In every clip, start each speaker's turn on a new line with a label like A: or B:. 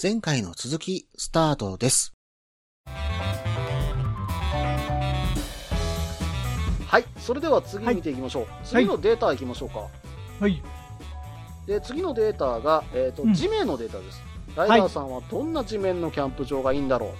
A: 前回の続き、スタートです。
B: はい、それでは次
C: はい
B: 見ていきましょう。次のデータいきましょうか。
C: はい。
B: で、次のデータが、えーと
C: うん
B: 地名のデータです。ライダーさんはどんな地面のキャンプ場がいいんだろ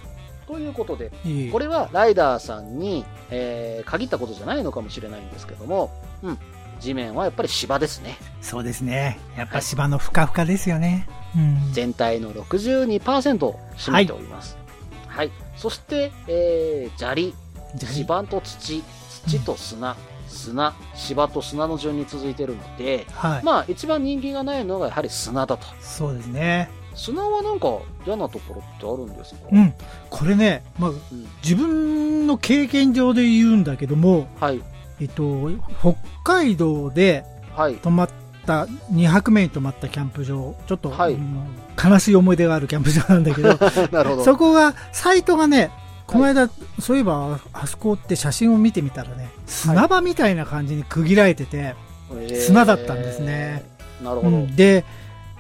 B: う、ということで、
C: ええ
B: これはライダーさんに、えー限ったことじゃないのかもしれないんですけども、うん、地面はやっぱり芝ですね。
C: そうですね。やっぱ芝のふかふかですよね。うん。
B: 全体の62%を占めております。はい。そして、えー砂利、芝と土、土と砂、砂、芝と砂の順に続いてるので、
C: はい。
B: まあ一番人気がないのがやはり砂だと。
C: そうですね。
B: 砂はなんか嫌なところってあるんですか、
C: うん。これね、まあ、自分の経験上で言うんだけども、
B: はい、
C: えっと、北海道で
B: はい、
C: 泊まった、2泊目に泊まったキャンプ場、ちょっと、
B: はい
C: うん悲しい思い出があるキャ ンプ場 なんだけど、
B: なるほど。
C: そこが、サイトがね、この間、そういえば、あそこって写真を見てみたらね、砂場みたいな感じに区切られてて、
B: えー
C: 砂だったんですね。
B: なる
C: う
B: ほど。
C: ん、で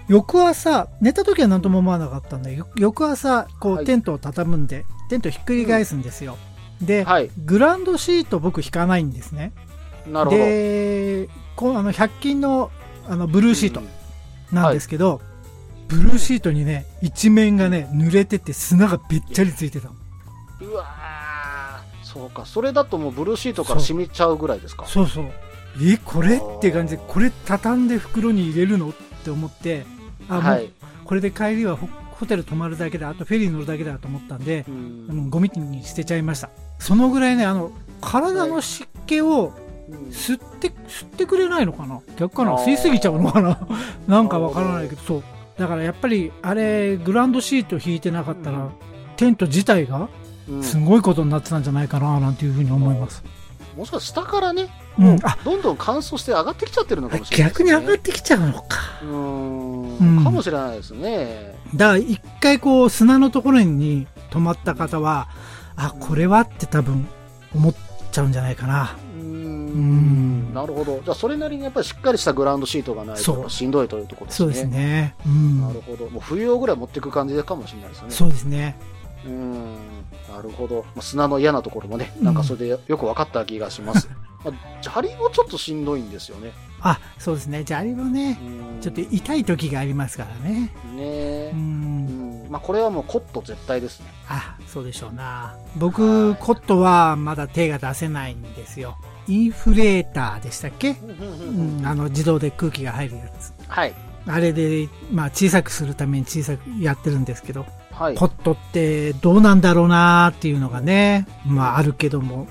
C: 翌朝寝た時は何とも思わなかったんだけど翌朝こ
B: は
C: う
B: い
C: テントを畳むんで、テントをひっくり返すんですよ、で、
B: はい、
C: グランドシート僕引かないんですね
B: なるほど。
C: でこうあの100均のあのブルーシート
B: うん
C: なんですけど、ブルーシートにね一面がね濡れてて砂がべっちゃりついてたの
B: うわーそうか、それだともうブルーシートから染みちゃうぐらいですか。
C: そうそうえこれって感じでこれ畳んで袋に入れるのって思ってあ、もう
B: はい。
C: これで帰りはホホテル泊まるだけだあとフェリー乗るだけだと思ったんで
B: う、
C: うんん、ゴミに捨てちゃいましたそのぐらいねあの体の湿気を
B: うん
C: 吸って吸ってくれないのかな逆かな
B: あー
C: 吸いすぎちゃうのかな なんかわからないけどそうだからやっぱりあれグランドシート引いてなかったら、
B: うん
C: テント自体が
B: うん
C: すごいことになってたんじゃないかななんていうふうに思います、
B: もしかしたら下からね、
C: うん
B: もう
C: あ
B: どんどん乾燥して上がってきちゃってるのかもしれないです
C: 逆
B: ね、
C: に上がってきちゃうのか
B: うー
C: うんん
B: かもしれないですね。
C: だから一回こう砂のところに止まった方はあこれはって多分思っちゃうんじゃないかな
B: うー。
C: うんん
B: なるほど。じゃあ、それなりにやっぱりしっかりしたグラウンドシートがない
C: そ
B: と
C: う
B: しんどいというところです
C: そう
B: ね。
C: ですねうん
B: なるほど。もう冬用ぐらい持っていく感じかもしれないですね。
C: そうですね
B: うーん。なるほど。まあ、砂の嫌なところもね、なんかそれでよく分かった気がし ます。まあ、砂利もちょっとしんどいんですよね。
C: あそうですね砂利はね
B: うーん
C: ちょっと痛い時がありますからね
B: ね
C: う
B: え。うんん。まあ、これはもうコット絶対ですね。
C: あそうでしょうな僕コットはまだ手が出せないんですよインフレーターでしたっけ、うん、あの自動で空気が入るやつ
B: はい。
C: あれで、まあ、小さくするために小さくやってるんですけど
B: はい。
C: コットってどうなんだろうなーっていうのがね、まああるけども、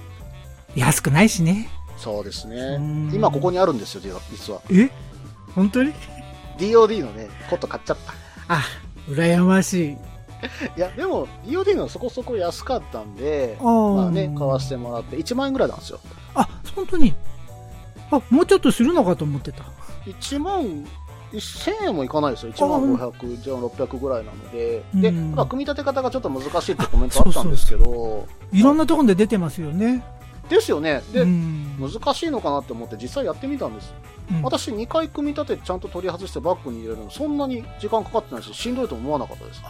C: 安くないしね。
B: そうですね
C: う。ん
B: 今ここにあるんですよ、実は。
C: え本当に
B: DOD のね、コット買っちゃった。
C: あ、羨ましい。
B: いや、でも、DOD のそこそこ安かったんで、
C: ー
B: まあね、買わせてもらって、1万円ぐらいなんですよ。
C: あ、本当に。あ、もうちょっとするのかと思ってた。
B: 1万、1000円もいかないですよ。1万500、じゃあ600ぐらいなので。で、
C: うん
B: まあ、組み立て方がちょっと難しいってコメントあったんですけど、
C: いろんなところで出てますよね。
B: ですよね。で、
C: うん
B: 難しいのかなって思って実際やってみたんです。
C: うん
B: 私2回組み立てちゃんと取り外してバッグに入れるのそんなに時間かかってないし、しんどいと思わなかったです。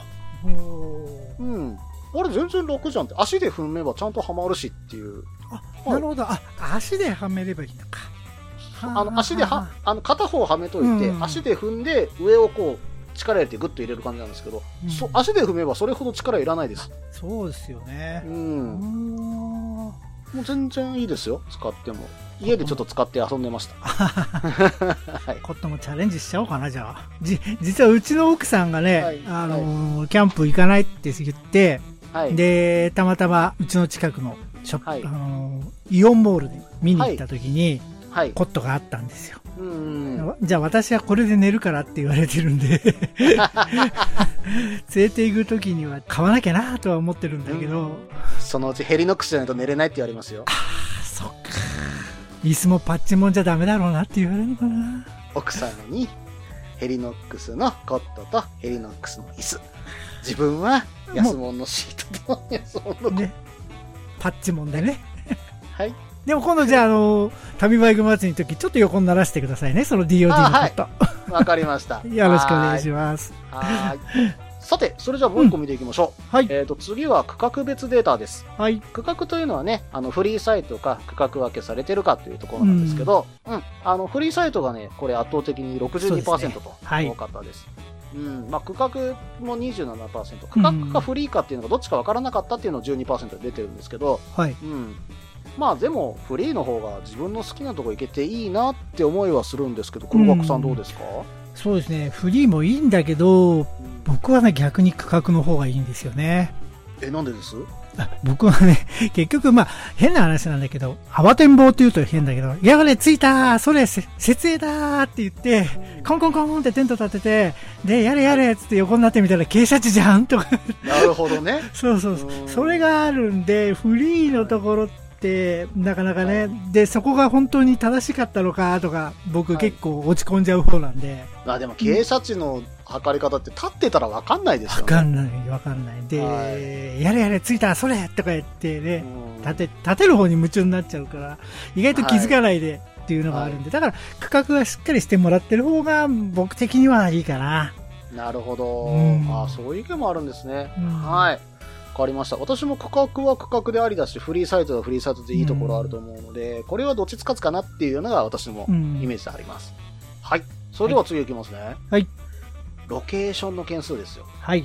C: お
B: うん。あれ全然楽じゃんって。足で踏めばちゃんとはまるしっていう。
C: ーなるほど。あ、足ではめればいいのか。
B: あの足では
C: あ、
B: あの片方はめといて、
C: うん
B: 足で踏んで上をこう力入れてグッと入れる感じなんですけど、
C: うん
B: そ足で踏めばそれほど力いらないです。
C: そうですよ
B: う。
C: ね。うん
B: も
C: ん。
B: う全然いいですよ、使っても。家でちょっと使って遊んで ました。はい。
C: コットンもチャレンジしちゃおうかな、じゃあ。じ、実はうちの奥さんがね、
B: はい
C: あのーキャンプ行かないって言って、
B: はい。
C: で、たまたまうちの近くのショップ、
B: はい
C: あのーイオンモールに見に行った時に、
B: はい。
C: コットがあったんですよ。
B: うんうん。
C: じゃあ私はこれで寝るからって言われてる んで、連れて行く時には買わなきゃなとは思ってるんだけど、
B: そのうちヘリノックスじゃないと寝れないって言われますよ。
C: あそっか。椅子もパッチもんじゃダメだろうなって言われるのかな。
B: 奥様に、ヘリノックスのコットとヘリノックスの椅子。自分は、安物のシートと安物のコット。
C: ね。パッチもんでね。
B: はい。
C: でも今度じゃあ、あの、旅バイク祭りの時、ちょっと横にならしてくださいね、その DOD のこと。
B: わかりました
C: 。よろしくお願いし
B: ま
C: ます。
B: す。はーい。さて、それじゃあもう一個見ていきましょう。
C: はい。
B: えっ、と、次は区画別データです。
C: はい。
B: 区画というのはね、あの、フリーサイトか区画分けされてるかというところなんですけど、うん、あの、フリーサイトがね、これ圧倒的に62%
C: そうですね
B: と
C: はい
B: 多かったです。うん、まあ、区画も27%、区画かフリーかっていうのがどっちか分からなかったっていうのを12%で出てるんですけど、
C: はい。
B: うん。まあ、でも、フリーの方が自分の好きなとこ行けていいなって思いはするんですけど、黒枠さんどうですか、
C: そうですね。フリーもいいんだけど、
B: うん
C: 僕はね、逆に区画の方がいいんですよね。
B: え、なんでです
C: あ僕はね、 結局、まあ、変な話なんだけど、慌てんぼうって言うと変だけど、やがれ着いたーそれ、せ設営だーって言って、コンコンコンってテント立てて、で、やれやれっつって横になってみたら傾斜地じゃんとか、
B: なるほどね。
C: そうそうそう
B: うん
C: それがあるんでフリーのところってなかなかね、でそこが本当に正しかったのかとか僕
B: はい
C: 結構落ち込んじゃう方なんで、
B: あでも傾斜地の測り方って立ってたら分かんないですよ
C: わ
B: ね。
C: かんないわかんないで、
B: は
C: やれやれ着いたそれとか言ってね
B: うん
C: 立て立てる方に夢中になっちゃうから意外と気づかないで、っていうのがあるんで、だから価格がしっかりしてもらってる方が僕的にはいいかな。
B: なるほど。
C: うん
B: あそういう意見もあるんですね。
C: うん
B: はい。わかりました。私も価格は価格でありだし、フリーサイトはフリーサイトでいいところあると思うので、これはどっちつかずかなっていうのが私も
C: うん
B: イメージであります。はい。それでは次いきますね。
C: はい。
B: ロケーションの件数ですよ。
C: はい。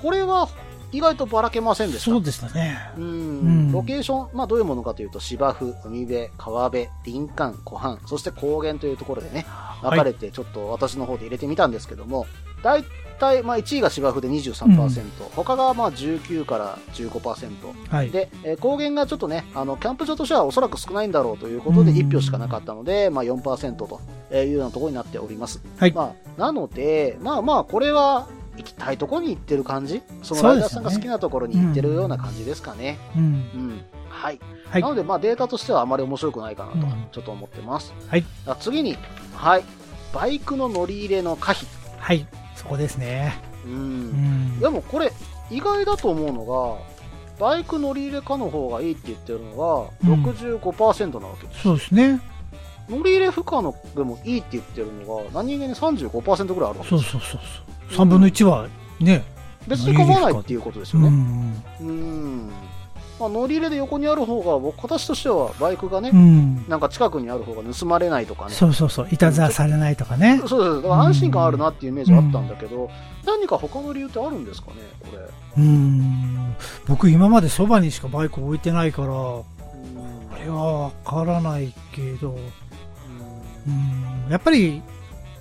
B: これは意外とばらけませんでした。
C: そうでしたね。
B: うん
C: ん
B: ロケーション、まあ、どういうものかというと芝生、海辺、川辺、林間、湖畔そして高原というところでね分かれてちょっと私の方で入れてみたんですけども、だいたいまあ1位が芝生で23%、他がまあ19から15%
C: はい。
B: で、えー高原がちょっとねあのキャンプ場としてはおそらく少ないんだろうということで
C: うん
B: 1票しかなかったので、まあ、4%というようなところになっております、
C: はい
B: まあ、なのでまあまあこれは行きたいところに行ってる感じそのライダーさんが好きなところに行ってるような感じですかね。
C: うん。
B: うんはい、
C: はい
B: な。ので、まあ、データとしてはあまり面白くないかなと
C: うん、
B: ちょっと思ってます。
C: はい
B: あ次に、はい、バイクの乗り入れの可否。
C: はい。そこですね。
B: う。
C: うんん。
B: でも、これ、意外だと思うのが、バイク乗り入れ可の方がいいって言ってるのが
C: うん
B: 65%なわけです。
C: そうですね。
B: 乗り入れ不可のでもいいって言ってるのが、何気に35%ぐらいあるわけ
C: そうそうそうそう。3分の1はね。
B: 別に構わないっていうことです
C: う
B: よね。
C: ん。
B: うん。まあ、乗り入れで横にある方が、僕私としてはバイクがね、
C: うん。
B: なんか近くにある方が盗まれないとかね、
C: そうそうそう。いたずらされないとかね
B: そう。そうそう安心感あるなっていうイメージはあったんだけど、何か他の理由ってあるんですかね、これ。
C: うん。僕今までそばにしかバイク置いてないから、これはわからないけど、うん。やっぱり、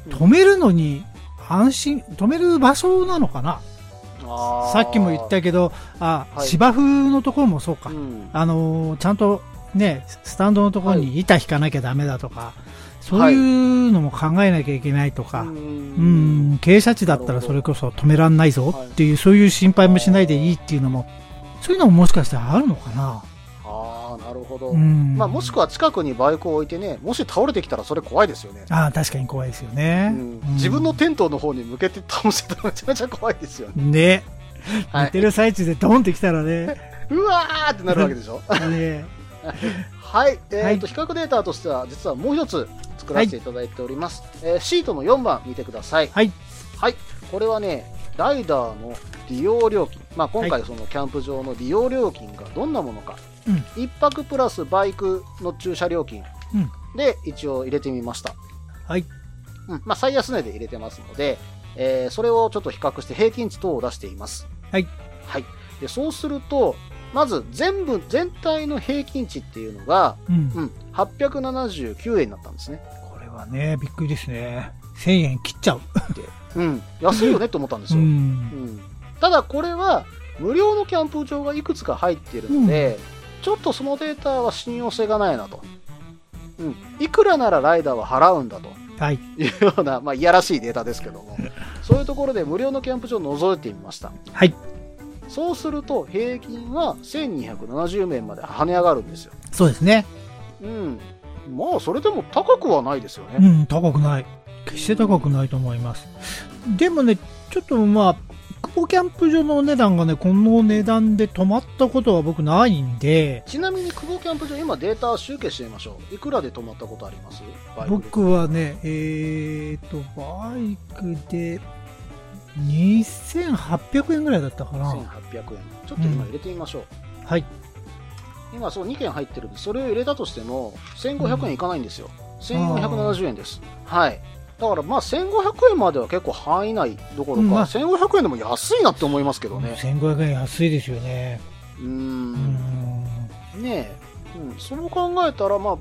C: 止めるのに安心、止める場所なのかな。さっきも言ったけど、あ、
B: はい
C: 芝生のところもそうか。
B: うん
C: あのーちゃんとね、スタンドのところに板引かなきゃダメだとか、そういうのも考えなきゃいけないとか、
B: う
C: うんん、傾斜地だったらそれこそ止めらんないぞっていう、そういう心配もしないでいいっていうのも、そういうのももしかしたらあるのかな。
B: あーなるほど、
C: うん。
B: まあ、もしくは近くにバイクを置いてね、もし倒れてきたらそれ怖いですよね。
C: ああ、確かに怖いですよね。
B: うん
C: うん
B: 自分のテントの方に向けて倒せたらめちゃめちゃ怖いですよ ね。
C: ね、
B: は
C: 寝
B: い
C: て、る最中でドンってきたら ね、
B: うわーってなるわけで しょ。
C: ね
B: はい、え
C: は
B: ー
C: い
B: と比較データとしては実はもう一つ作らせていただいております、えーシートの4番見てください
C: はい、
B: はい、これはねライダーの利用料金、まあ、今回そのキャンプ場の利用料金がどんなものか、
C: うん
B: 1泊プラスバイクの駐車料金
C: うん
B: で一応入れてみました、
C: はい、
B: うんまあ、最安値で入れてますので、えーそれをちょっと比較して平均値等を出しています
C: はい、
B: はい、でそうするとまず全部全体の平均値っていうのが
C: うん。
B: うん、879円になったんですね。
C: これはね、びっくりですね。1000円切っちゃう。
B: うん、安いよねと思ったんです
C: う
B: よ。うん
C: ん。
B: ただこれは無料のキャンプ場がいくつか入っているので、ちょっとそのデータは信用性がないなと。うん、いくらならライダーは払うんだと
C: はい、
B: いうような、まあ、いやらしいデータですけども、そういうところで無料のキャンプ場を覗いてみました。
C: はい、
B: そうすると平均は1270円まで跳ね上がるんですよ。
C: そうですね。
B: うん。まあ、それでも高くはないですよね。
C: うん、高くない。決して高くないと思います。でもね、ちょっとまあ、久保キャンプ場のお値段がね、この値段で止まったことは僕ないんで、
B: ちなみに久保キャンプ場、今データ集計してみましょう。いくらで泊まったことありますバイクで
C: 僕はね、えーと、バイクで、 2800円ぐらいだったかな。
B: 1800円ちょっと今入れてみましょう、
C: はい。
B: 今そう2件入ってるんでそれを入れたとしても1500円いかないんですよ、1470円ですはいだからまあ1500円までは結構範囲内どころか、
C: うんまあ
B: 1500円でも安いなって思いますけどね
C: 1500円安いですよね。
B: う
C: うんん。
B: ねえ、うん、それを考えたらまあ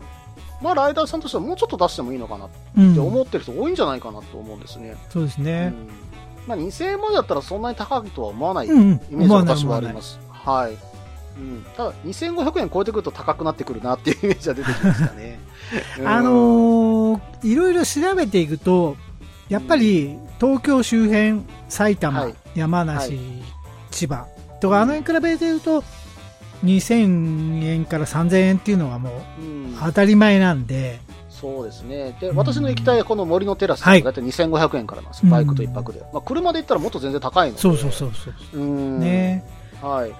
B: まあライダーさんとしてはもうちょっと出してもいいのかなっ
C: うん
B: て思ってる人多いんじゃないかなと思うんですね、
C: そうです
B: う
C: ね。
B: んまあ、2000円までだったらそんなに高いとは思わない
C: うん、うん。
B: イメージ
C: ま
B: は
C: あね
B: 私はあり
C: まあ
B: ま
C: ね
B: す。はい。うん、ただ、2500円超えてくると高くなってくるなっていうイメージは出てきましたね。うん
C: あのーいろいろ調べていくと、やっぱり東京周辺、埼玉、
B: はい
C: 山梨、
B: は
C: 千葉とか、あの辺に比べてると、2000円から3000円っていうのがもう
B: うん
C: 当たり前なんで、
B: そうですね。で、
C: うん
B: 私の行きたいこの森のテラスって
C: はい
B: だいたい2500円からなんですよ、バイクと一泊で。まあ、車で行ったらもっと全然高いので。
C: そうそうそうそう。
B: う。ん。
C: ね、
B: はい。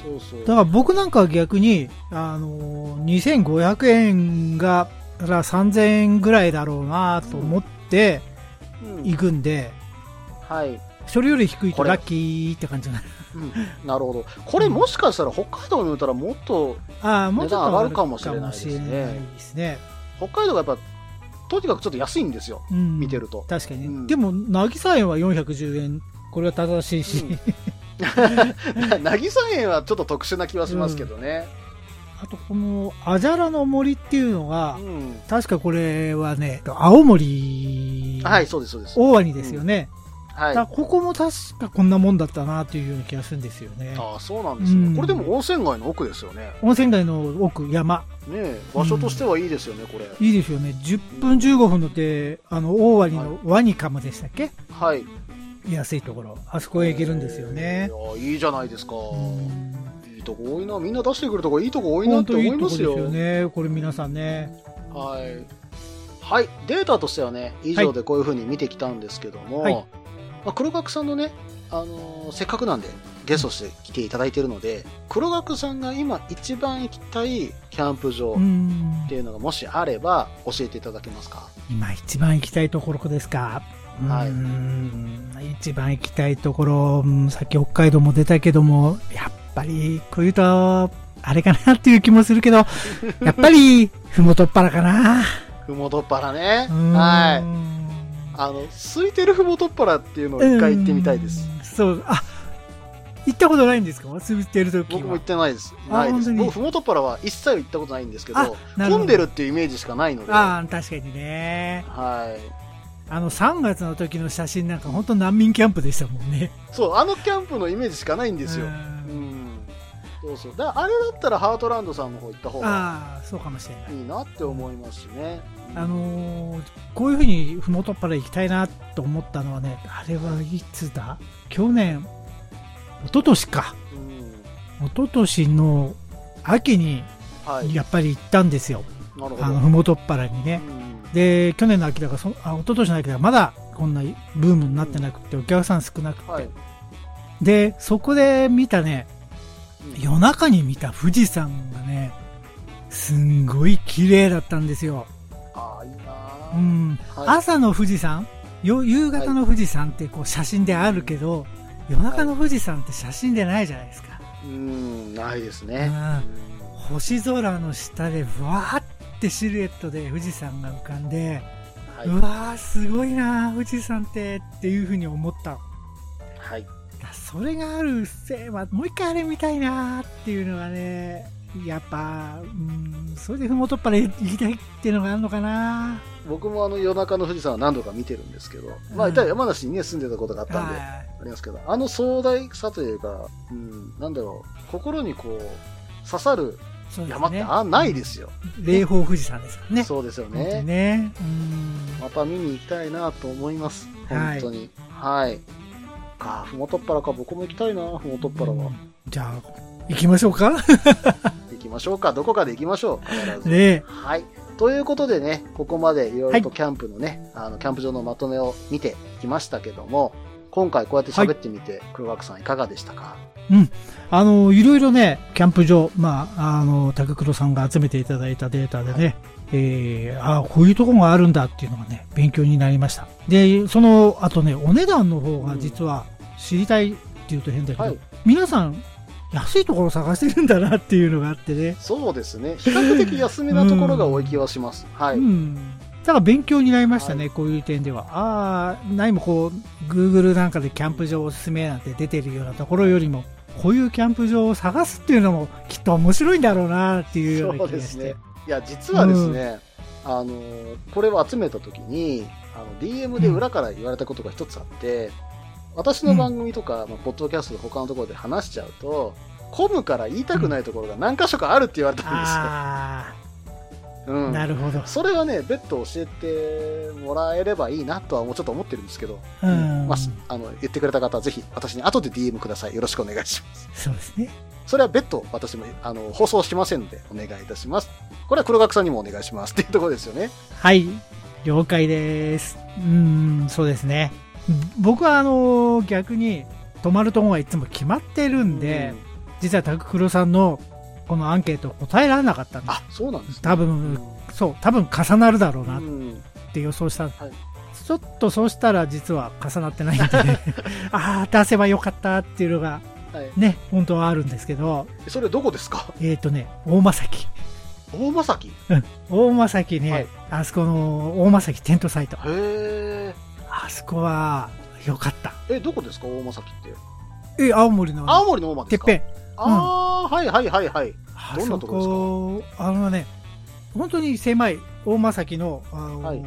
B: そうそう。
C: だから僕なんかは逆に、あのー2500円がから3000円ぐらいだろうなと思って
B: うん
C: 行くんで、
B: はい。
C: それより低い
B: ことれ
C: ラッキーって感じになる。
B: うんなるほど。これもしかしたら北海道に売ったらもっと、
C: ああ、もうちょっと
B: 値段上がるかもしれないですね
C: 上がるかもしれないですね
B: 北海道がやっぱ、とにかくちょっと安いんですよ。
C: うん、
B: 見てると。
C: 確かにね、
B: うん
C: でも、渚園は410円。これは正しいし、
B: うん 渚園はちょっと特殊な気はしますけどね。
C: あとこのアジャラの森っていうのが、
B: うん
C: 確かこれはね、青森、
B: はい、そうです、そうです。
C: 大鰐ですよね。
B: はい。
C: だ
B: あ
C: からここも確かこんなもんだったなというような気がするんですよね。
B: あ、そうなんですね、
C: うん
B: これでも温泉街の奥ですよね。
C: 温泉街の奥、山。
B: ねえ場所としてはいいですよね、これ。
C: いいですよね。10分15分乗って、あの、大鰐のワニカムでしたっけ
B: はい。
C: 安いところ。あそこへ行けるんですよね
B: え。ー。いや、いいじゃないですか。
C: うん
B: いいとこ多いな。みんな出してくるとこいいとこ多いなって思いますよ。
C: 本当いいとこですよね。これ皆さんね。
B: はい。はい。データとしてはね、以上でこういうふうに見てきたんですけども、
C: はい
B: まあ、黒岳さんのね、あのーせっかくなんでゲストして来ていただいてるので、黒岳さんが今一番行きたいキャンプ場
C: う
B: っ
C: ん
B: て。いうのがもしあれば教えていただけますか、
C: 今一番行きたいところですか。
B: はい
C: い。一番行きたいところ、うんさっき北海道も出たけども、やっぱり、こういうと、あれかなっていう気も するけど、やっぱり、ふもとっぱらかな。
B: ふもとっぱらね。
C: うん
B: はい。あの、空いてるふもとっぱらっていうのを一回行ってみたいです。。
C: うんそう、あ、行ったことないんですか滑ってる時
B: 僕も
C: は
B: 行っ。てないです。
C: あ
B: ないで
C: 本
B: す。
C: 当に
B: 僕、ふもとっぱらは一切行ったことないんですけ
C: あ
B: ど、
C: なるほど
B: 混んでるっていうイメージしかないので、は
C: ああ、確かにね。
B: い。
C: あの、3月の時の写真なんか本当難民キャンプでしたもんね。
B: そう、あのキャンプのイメージしかないんですよ
C: うん。
B: うん。そうそう。だあれだったらハートランドさんの方行った方が
C: ああ、そうかもしれない。
B: いいなって思いますしね。
C: あのーこういうふうにふもとっぱら行きたいなと思ったのはね、あれはいつだ去年、一昨年か。
B: うん。
C: 一昨年の秋に
B: はい。な
C: やっぱり行ったんですよ。
B: るほど。
C: あの、ふもとっぱらにね。
B: うん
C: で、去年の秋だからそ、あ、一昨年の秋だから、まだこんなブームになってなくて、お客さん少なくて。
B: はい。
C: で、そこで見たね、
B: うん
C: 夜中に見た富士山がね、すんごい綺麗だったんですよ。
B: ああ、いいなあ
C: うん。
B: はい
C: 朝の富士山よ夕方の富士山ってこう写真であるけど、夜中の富士山って写真でないじゃないですか。
B: うん、ないですね。うん
C: 星空の下で、わーってシルエットで富士山が浮かんで、
B: はいう
C: わー、すごいなー富士山って、っていうふうに思った。
B: はい。
C: それがあるせいは、もう一回あれ見たいなーっていうのがね、やっぱ、うん、それでふもとっぱら行きたいっていうのがあるのかな
B: 僕もあの夜中の富士山は何度か見てるんですけど、まあ、
C: うん
B: 一体山梨にね、住んでたことがあったんで、あ
C: は
B: りますけど、あの壮大さというか、うん、なんだろう、心にこう、刺さる
C: い。そうです
B: 山って
C: ね。
B: あないですよ。
C: 霊峰富士山ですからね。
B: そうですよ
C: 本当に
B: ね。
C: ね。うん。
B: また見に行きたいなと思います。
C: は
B: 本
C: い
B: 当に。はい。か、ふもとっぱらか、僕も行きたいな、ふもとっぱらは。
C: じゃあ、行きましょうか
B: 行きましょうか、どこかで行きましょう、必ず。
C: ね
B: はい。ということでね、ここまでいろいろと
C: は
B: キャンプのね、あの、キャンプ場のまとめを見てきましたけども、今回こうやって喋ってみて、黒岳さんいかがでしたか
C: あの、いろいろね、キャンプ場、まあ、あの、高黒さんが集めていただいたデータでね、えー、ああ、こういうとこがあるんだっていうのがね、勉強になりました。で、その、あとね、お値段の方が実は知りたいっていうと変だけど、
B: はい
C: 皆さん、安いところを探してるんだなっていうのがあってね。
B: そうですね。比較的安めなところが多い気はします。はい。
C: うん。だから勉強になりましたね、
B: は
C: こういう点では。ああ、何もこう、Google なんかでキャンプ場おすすめなんて出てるようなところよりも、こういうキャンプ場を探すっていうのもきっと面白いんだろうなっていうような
B: そう
C: 気が
B: で
C: し
B: す
C: て
B: ね。。いや、実はですね、あの、これを集めた時に、あの、DM で裏から言われたことが一つあって、私の番組とか、まあ、ポッドキャストで他のところで話しちゃうと、混むから言いたくないところが何箇所かあるって言われたんです
C: あ
B: よ。う
C: あ、
B: ん。
C: なるほど。
B: それはね、別途教えてもらえればいいなとはもうちょっと思ってるんですけど、
C: うん。
B: まあ、すあの言ってくれた方はぜひ私に後で DM ください。よろしくお願いします。
C: そうですね。
B: それは別途私もあの放送しませんのでお願いいたします。これは黒学さんにもお願いしますっていうところですよね。
C: はい、了解です。うーん、そうですね。僕はあの逆に泊まるとこがいつも決まってるんで、実はタククロさんのこのアンケート答えられなかったんです。
B: あ、そうなんですね。
C: 多
B: うん
C: 分、そう、多分重なるだろうな
B: うん
C: って予想した。
B: い
C: ちょっとそうしたら実は重なって ないんで、ああ、出せばよかったっていうのが
B: はい、
C: ね、本当はあるんですけど、
B: それどこですか
C: えっ、とね、大間崎。
B: 大まさきへ
C: 大間崎ね、
B: はい
C: あそこの大間崎テントサイト。
B: え。
C: あそこは良かった。
B: え、どこですか大まさきって。
C: え、青森の
B: 青森の大間で
C: てっ
B: すか
C: ぺん。
B: ああ、はいはいはいはい。
C: あ
B: どんなとこですか
C: そこあのね、本当に狭い大間崎の、あの
B: はい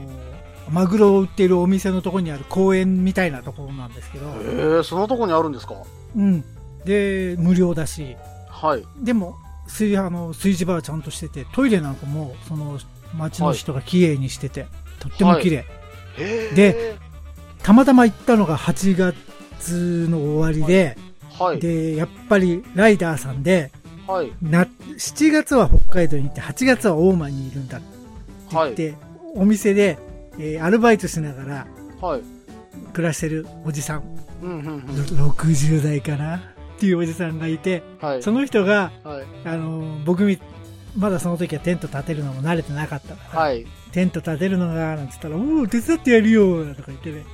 C: マグロを売っているお店のところにある公園みたいなところなんですけど、
B: へえ、そのとこにあるんですか
C: うん。で、無料だし、
B: はい。
C: でも、水あの炊事場はちゃんとしてて、トイレなんかも、その、町の人が綺麗にしてて、とっても綺麗。
B: へえ。
C: で、たまたま行ったのが8月の終わりで、
B: はい。
C: で、やっぱりライダーさんで、
B: はい。
C: な7月は北海道に行って8月は大間にいるんだって言
B: は
C: っ
B: い。
C: て、お店で、えーアルバイトしながら
B: はい。
C: 暮らしてるおじさん、
B: うんうんうん。
C: 60代かなっていうおじさんがいて
B: はい。
C: その人が、
B: はい。
C: あのー僕みまだその時はテント建てるのも慣れてなかったから、
B: はい。
C: テント建てるのがなんつったら「おお手伝ってやるよ」とか言ってね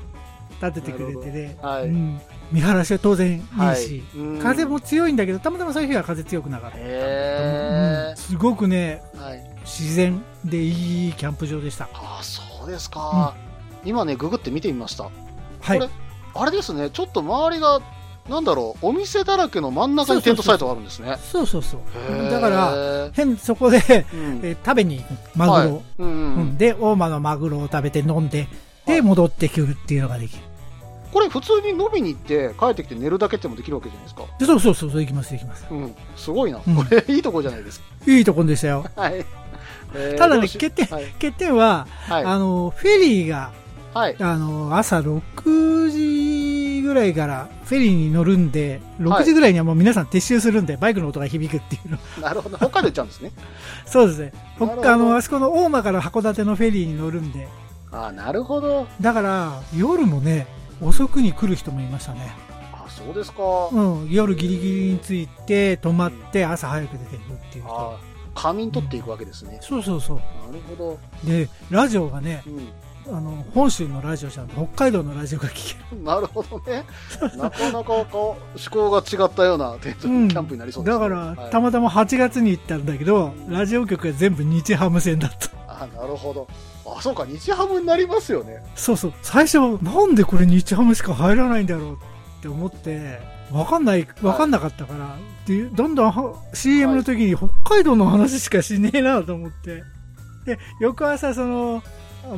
C: 立ててくれてね、
B: はい。
C: うん、見晴らしは当然いい
B: はい
C: し、
B: うん
C: 風も強いんだけどたまたまそういう日は風強くなかった、う
B: へ
C: ん、すごくね
B: え。はい。
C: 自然でいいキャンプ場でした。
B: ああ、そうですか。今ね、ググって見てみました。
C: はい。
B: こあれですね、ちょっと周りが、なんだろう、お店だらけの真ん中にテントサイトがあるんですね。
C: そうそうそう
B: へえ。
C: だから、
B: う
C: 変、そこで、え
B: ん、
C: ー食べに行く。マグロ、
B: うんうん
C: う。
B: うんん。
C: で、大間のマグロを食べて飲んで、
B: はい
C: で、戻ってくるっていうのができる。
B: これ普通に飲みに行って、帰ってきて寝るだけってもできるわけじゃないですか。
C: でそうそうそう、そう行きます、行きます。
B: うん。すごいな。
C: うん
B: これ、いいとこじゃないですか。
C: いいとこでしたよ。
B: はい。えー
C: た
B: で
C: だ
B: も
C: ね、
B: し
C: 欠点、
B: はい。
C: 欠点は、
B: は
C: あの、フェリーが、
B: い。はい。
C: あの、朝6時ぐらいからフェリーに乗るんで、
B: は
C: 6
B: い
C: 時ぐらいにはもう皆さん撤収するんで、バイクの音が響くっていうの。
B: なるほど。他で行っちゃうんですね。
C: そうですね。ほ
B: なるほど
C: あの、あそこの大間から函館のフェリーに乗るんで、
B: ああ、なるほど。
C: だから夜もね遅くに来る人もいましたね、
B: ああ、そうですか。
C: うん、夜ギリギリに着いて泊まって朝早く出ていくっていう人
B: ああ、仮眠取っていくわけですね。
C: そうそうそう
B: なるほど。
C: でラジオがね
B: う
C: あの本州のラジオじゃなくて北海道のラジオが聞け
B: ん。 なるほど ね。なかなかこう思考が違ったようなテント、
C: る、うん
B: キャンプになりそうです、
C: だ
B: ね。
C: から、
B: はい
C: たまたま8月に行ったんだけどラジオ局が全部日ハム戦だった
B: あ、なるほど。あ、そうか、日ハムになりますよね。
C: そうそう最初なんでこれ日ハムしか入らないんだろうって思ってわかんないわかんなかったから、っていうどんどんは CM の時に北海道の話しかしねえなと思ってで翌朝その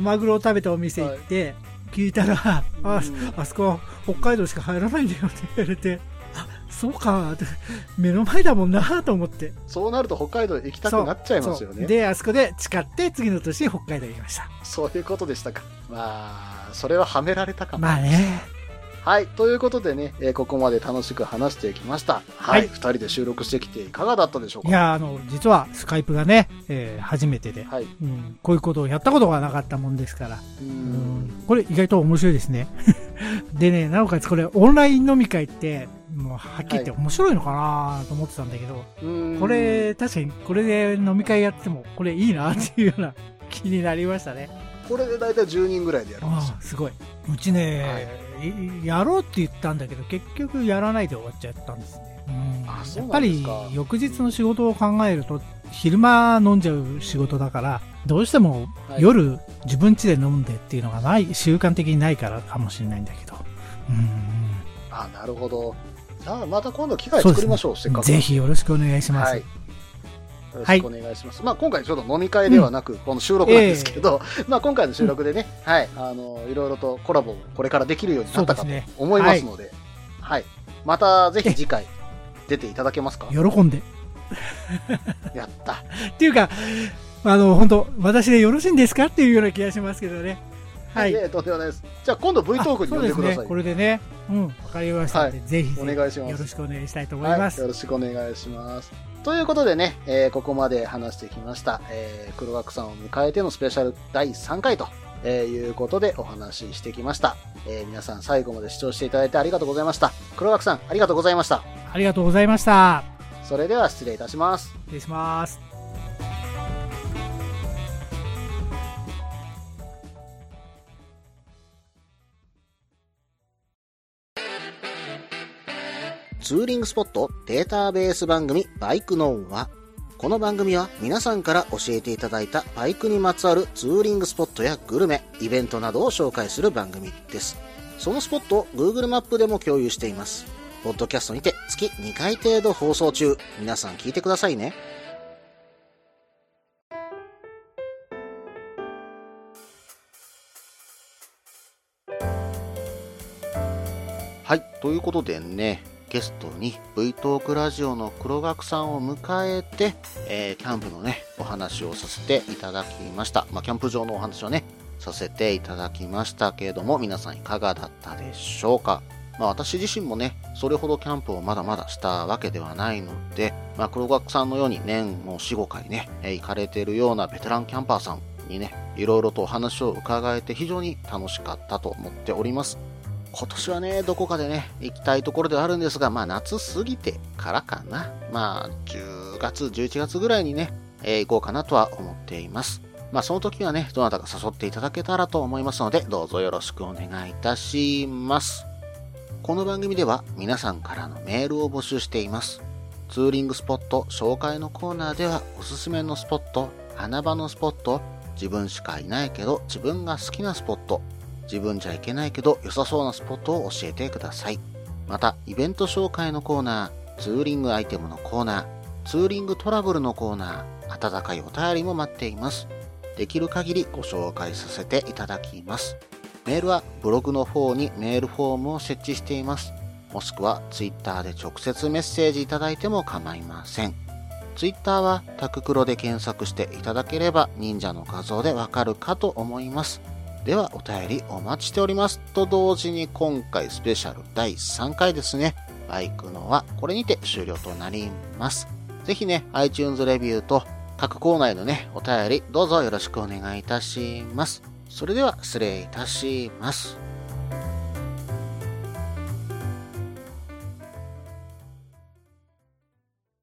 C: マグロを食べたお店行って聞いたら、あ
B: うん
C: あそこは北海道しか入らないんだよって言われてあそうかって目の前だもんなと思って
B: そうなると北海道へ行きたくなっちゃいますよ
C: そう
B: ね。
C: であそこで誓って次の年北海道行きました
B: そういうことでしたか。まあ、それははめられたかも。
C: まあね
B: はい。ということでね、えーここまで楽しく話していきました。はい。
C: はい
B: 二人で収録してきていかがだったでしょう
C: い
B: か
C: やあの実はスカイプがね、えー初めてで、
B: はい。
C: うん、こういうことをやったことがなかったもんですから、
B: う
C: うん
B: ん。
C: これ意外と面白いですね でねなおかつこれオンライン飲み会ってもうはっきり言って
B: は
C: 面白いのかなと思ってたんだけど、
B: うん
C: これ確かにこれで飲み会やってもこれいいなっていうような気になりましたね
D: これで大体10人ぐらいでやるんですよ
C: ああすごいうちね、いやろうって言ったんだけど結局やらないで終わっちゃったんですね、うん
D: あそ
C: や
D: う
C: っ
D: な
C: ぱ
D: んです
C: り
D: か
C: 翌日の仕事を考えると昼間飲んじゃう仕事だからどうしても
D: はい
C: 夜自分家で飲んでっていうのがない習慣的にないからかもしれないんだけどうん
D: あなるほどじゃあまた今度機会作りましょうせっかく
C: ぜひよろしくお願いします、
D: はい。よろしくお願いします。まあ今回ちょっと飲み会ではなく、この収録なんですけど、 まあ今回の収録でね、はい、あの、いろいろとコラボもこれからできるようになったか
C: そう
D: と
C: ですね
D: 思いますので、はい。またぜひ次回出ていただけますか
C: 喜んで
D: やった。
C: っていうかあの本当私でよろしいんですかっていうような気がしますけどねはい
D: いえ、とんでもないです。じゃあ今度 V
C: あ
D: トークに呼んでくだ
C: そうです
D: さ
C: ね
D: い。
C: これでねうんわかりましたので、ぜひぜひ
D: お願いします
C: よろしくお願いしたいと思い
D: は
C: ま
D: い、
C: す、
D: よろしくお願いします。ということでね、えーここまで話してきました、えー黒枠さんを迎えてのスペシャル第3回と、えーいうことでお話ししてきました、えー皆さん最後まで視聴していただいてありがとうございました。黒枠さん、ありがとうございました。
C: ありがとうございました
D: それでは失礼いたします。
C: 失礼します
B: ツーリングスポットデータベース番組バイクノンは、この番組は皆さんから教えていただいたバイクにまつわるツーリングスポットやグルメ、イベントなどを紹介する番組です。そのスポットを Google マップでも共有しています。ポッドキャストにて月2回程度放送中。皆さん聞いてくださいね。はい、ということでね、ゲストに V トークラジオの黒学さんを迎えて、えーキャンプのね、お話をさせていただきました。まあ、キャンプ場のお話をね、させていただきましたけれども、皆さんいかがだったでしょうかまあ、私自身もね、それほどキャンプをまだまだしたわけではないので、まあ、黒学さんのように年もう4、5回ね、えー行かれてるようなベテランキャンパーさんにね、いろいろとお話を伺えて非常に楽しかったと思っております。今年はね、どこかでね、行きたいところではあるんですが、まあ夏過ぎてからかな。まあ10月、11月ぐらいにね、えー行こうかなとは思っています。まあその時はね、どなたか誘っていただけたらと思いますので、どうぞよろしくお願いいたします。この番組では皆さんからのメールを募集しています。ツーリングスポット紹介のコーナーではおすすめのスポット、穴場のスポット、自分しかいないけど自分が好きなスポット、自分じゃいけないけど良さそうなスポットを教えてください。また、イベント紹介のコーナー、ツーリングアイテムのコーナー、ツーリングトラブルのコーナー、温かいお便りも待っています。できる限りご紹介させていただきます。メールはブログの方にメールフォームを設置しています。もしくは Twitter で直接メッセージいただいても構いません。Twitter はタククロで検索していただければ忍者の画像でわかるかと思います。ではお便りお待ちしておりますと同時に今回スペシャル第3回ですねバイクのはこれにて終了となりますぜひね iTunes レビューと各コーナーへのねお便りどうぞよろしくお願いいたしますそれでは失礼いたします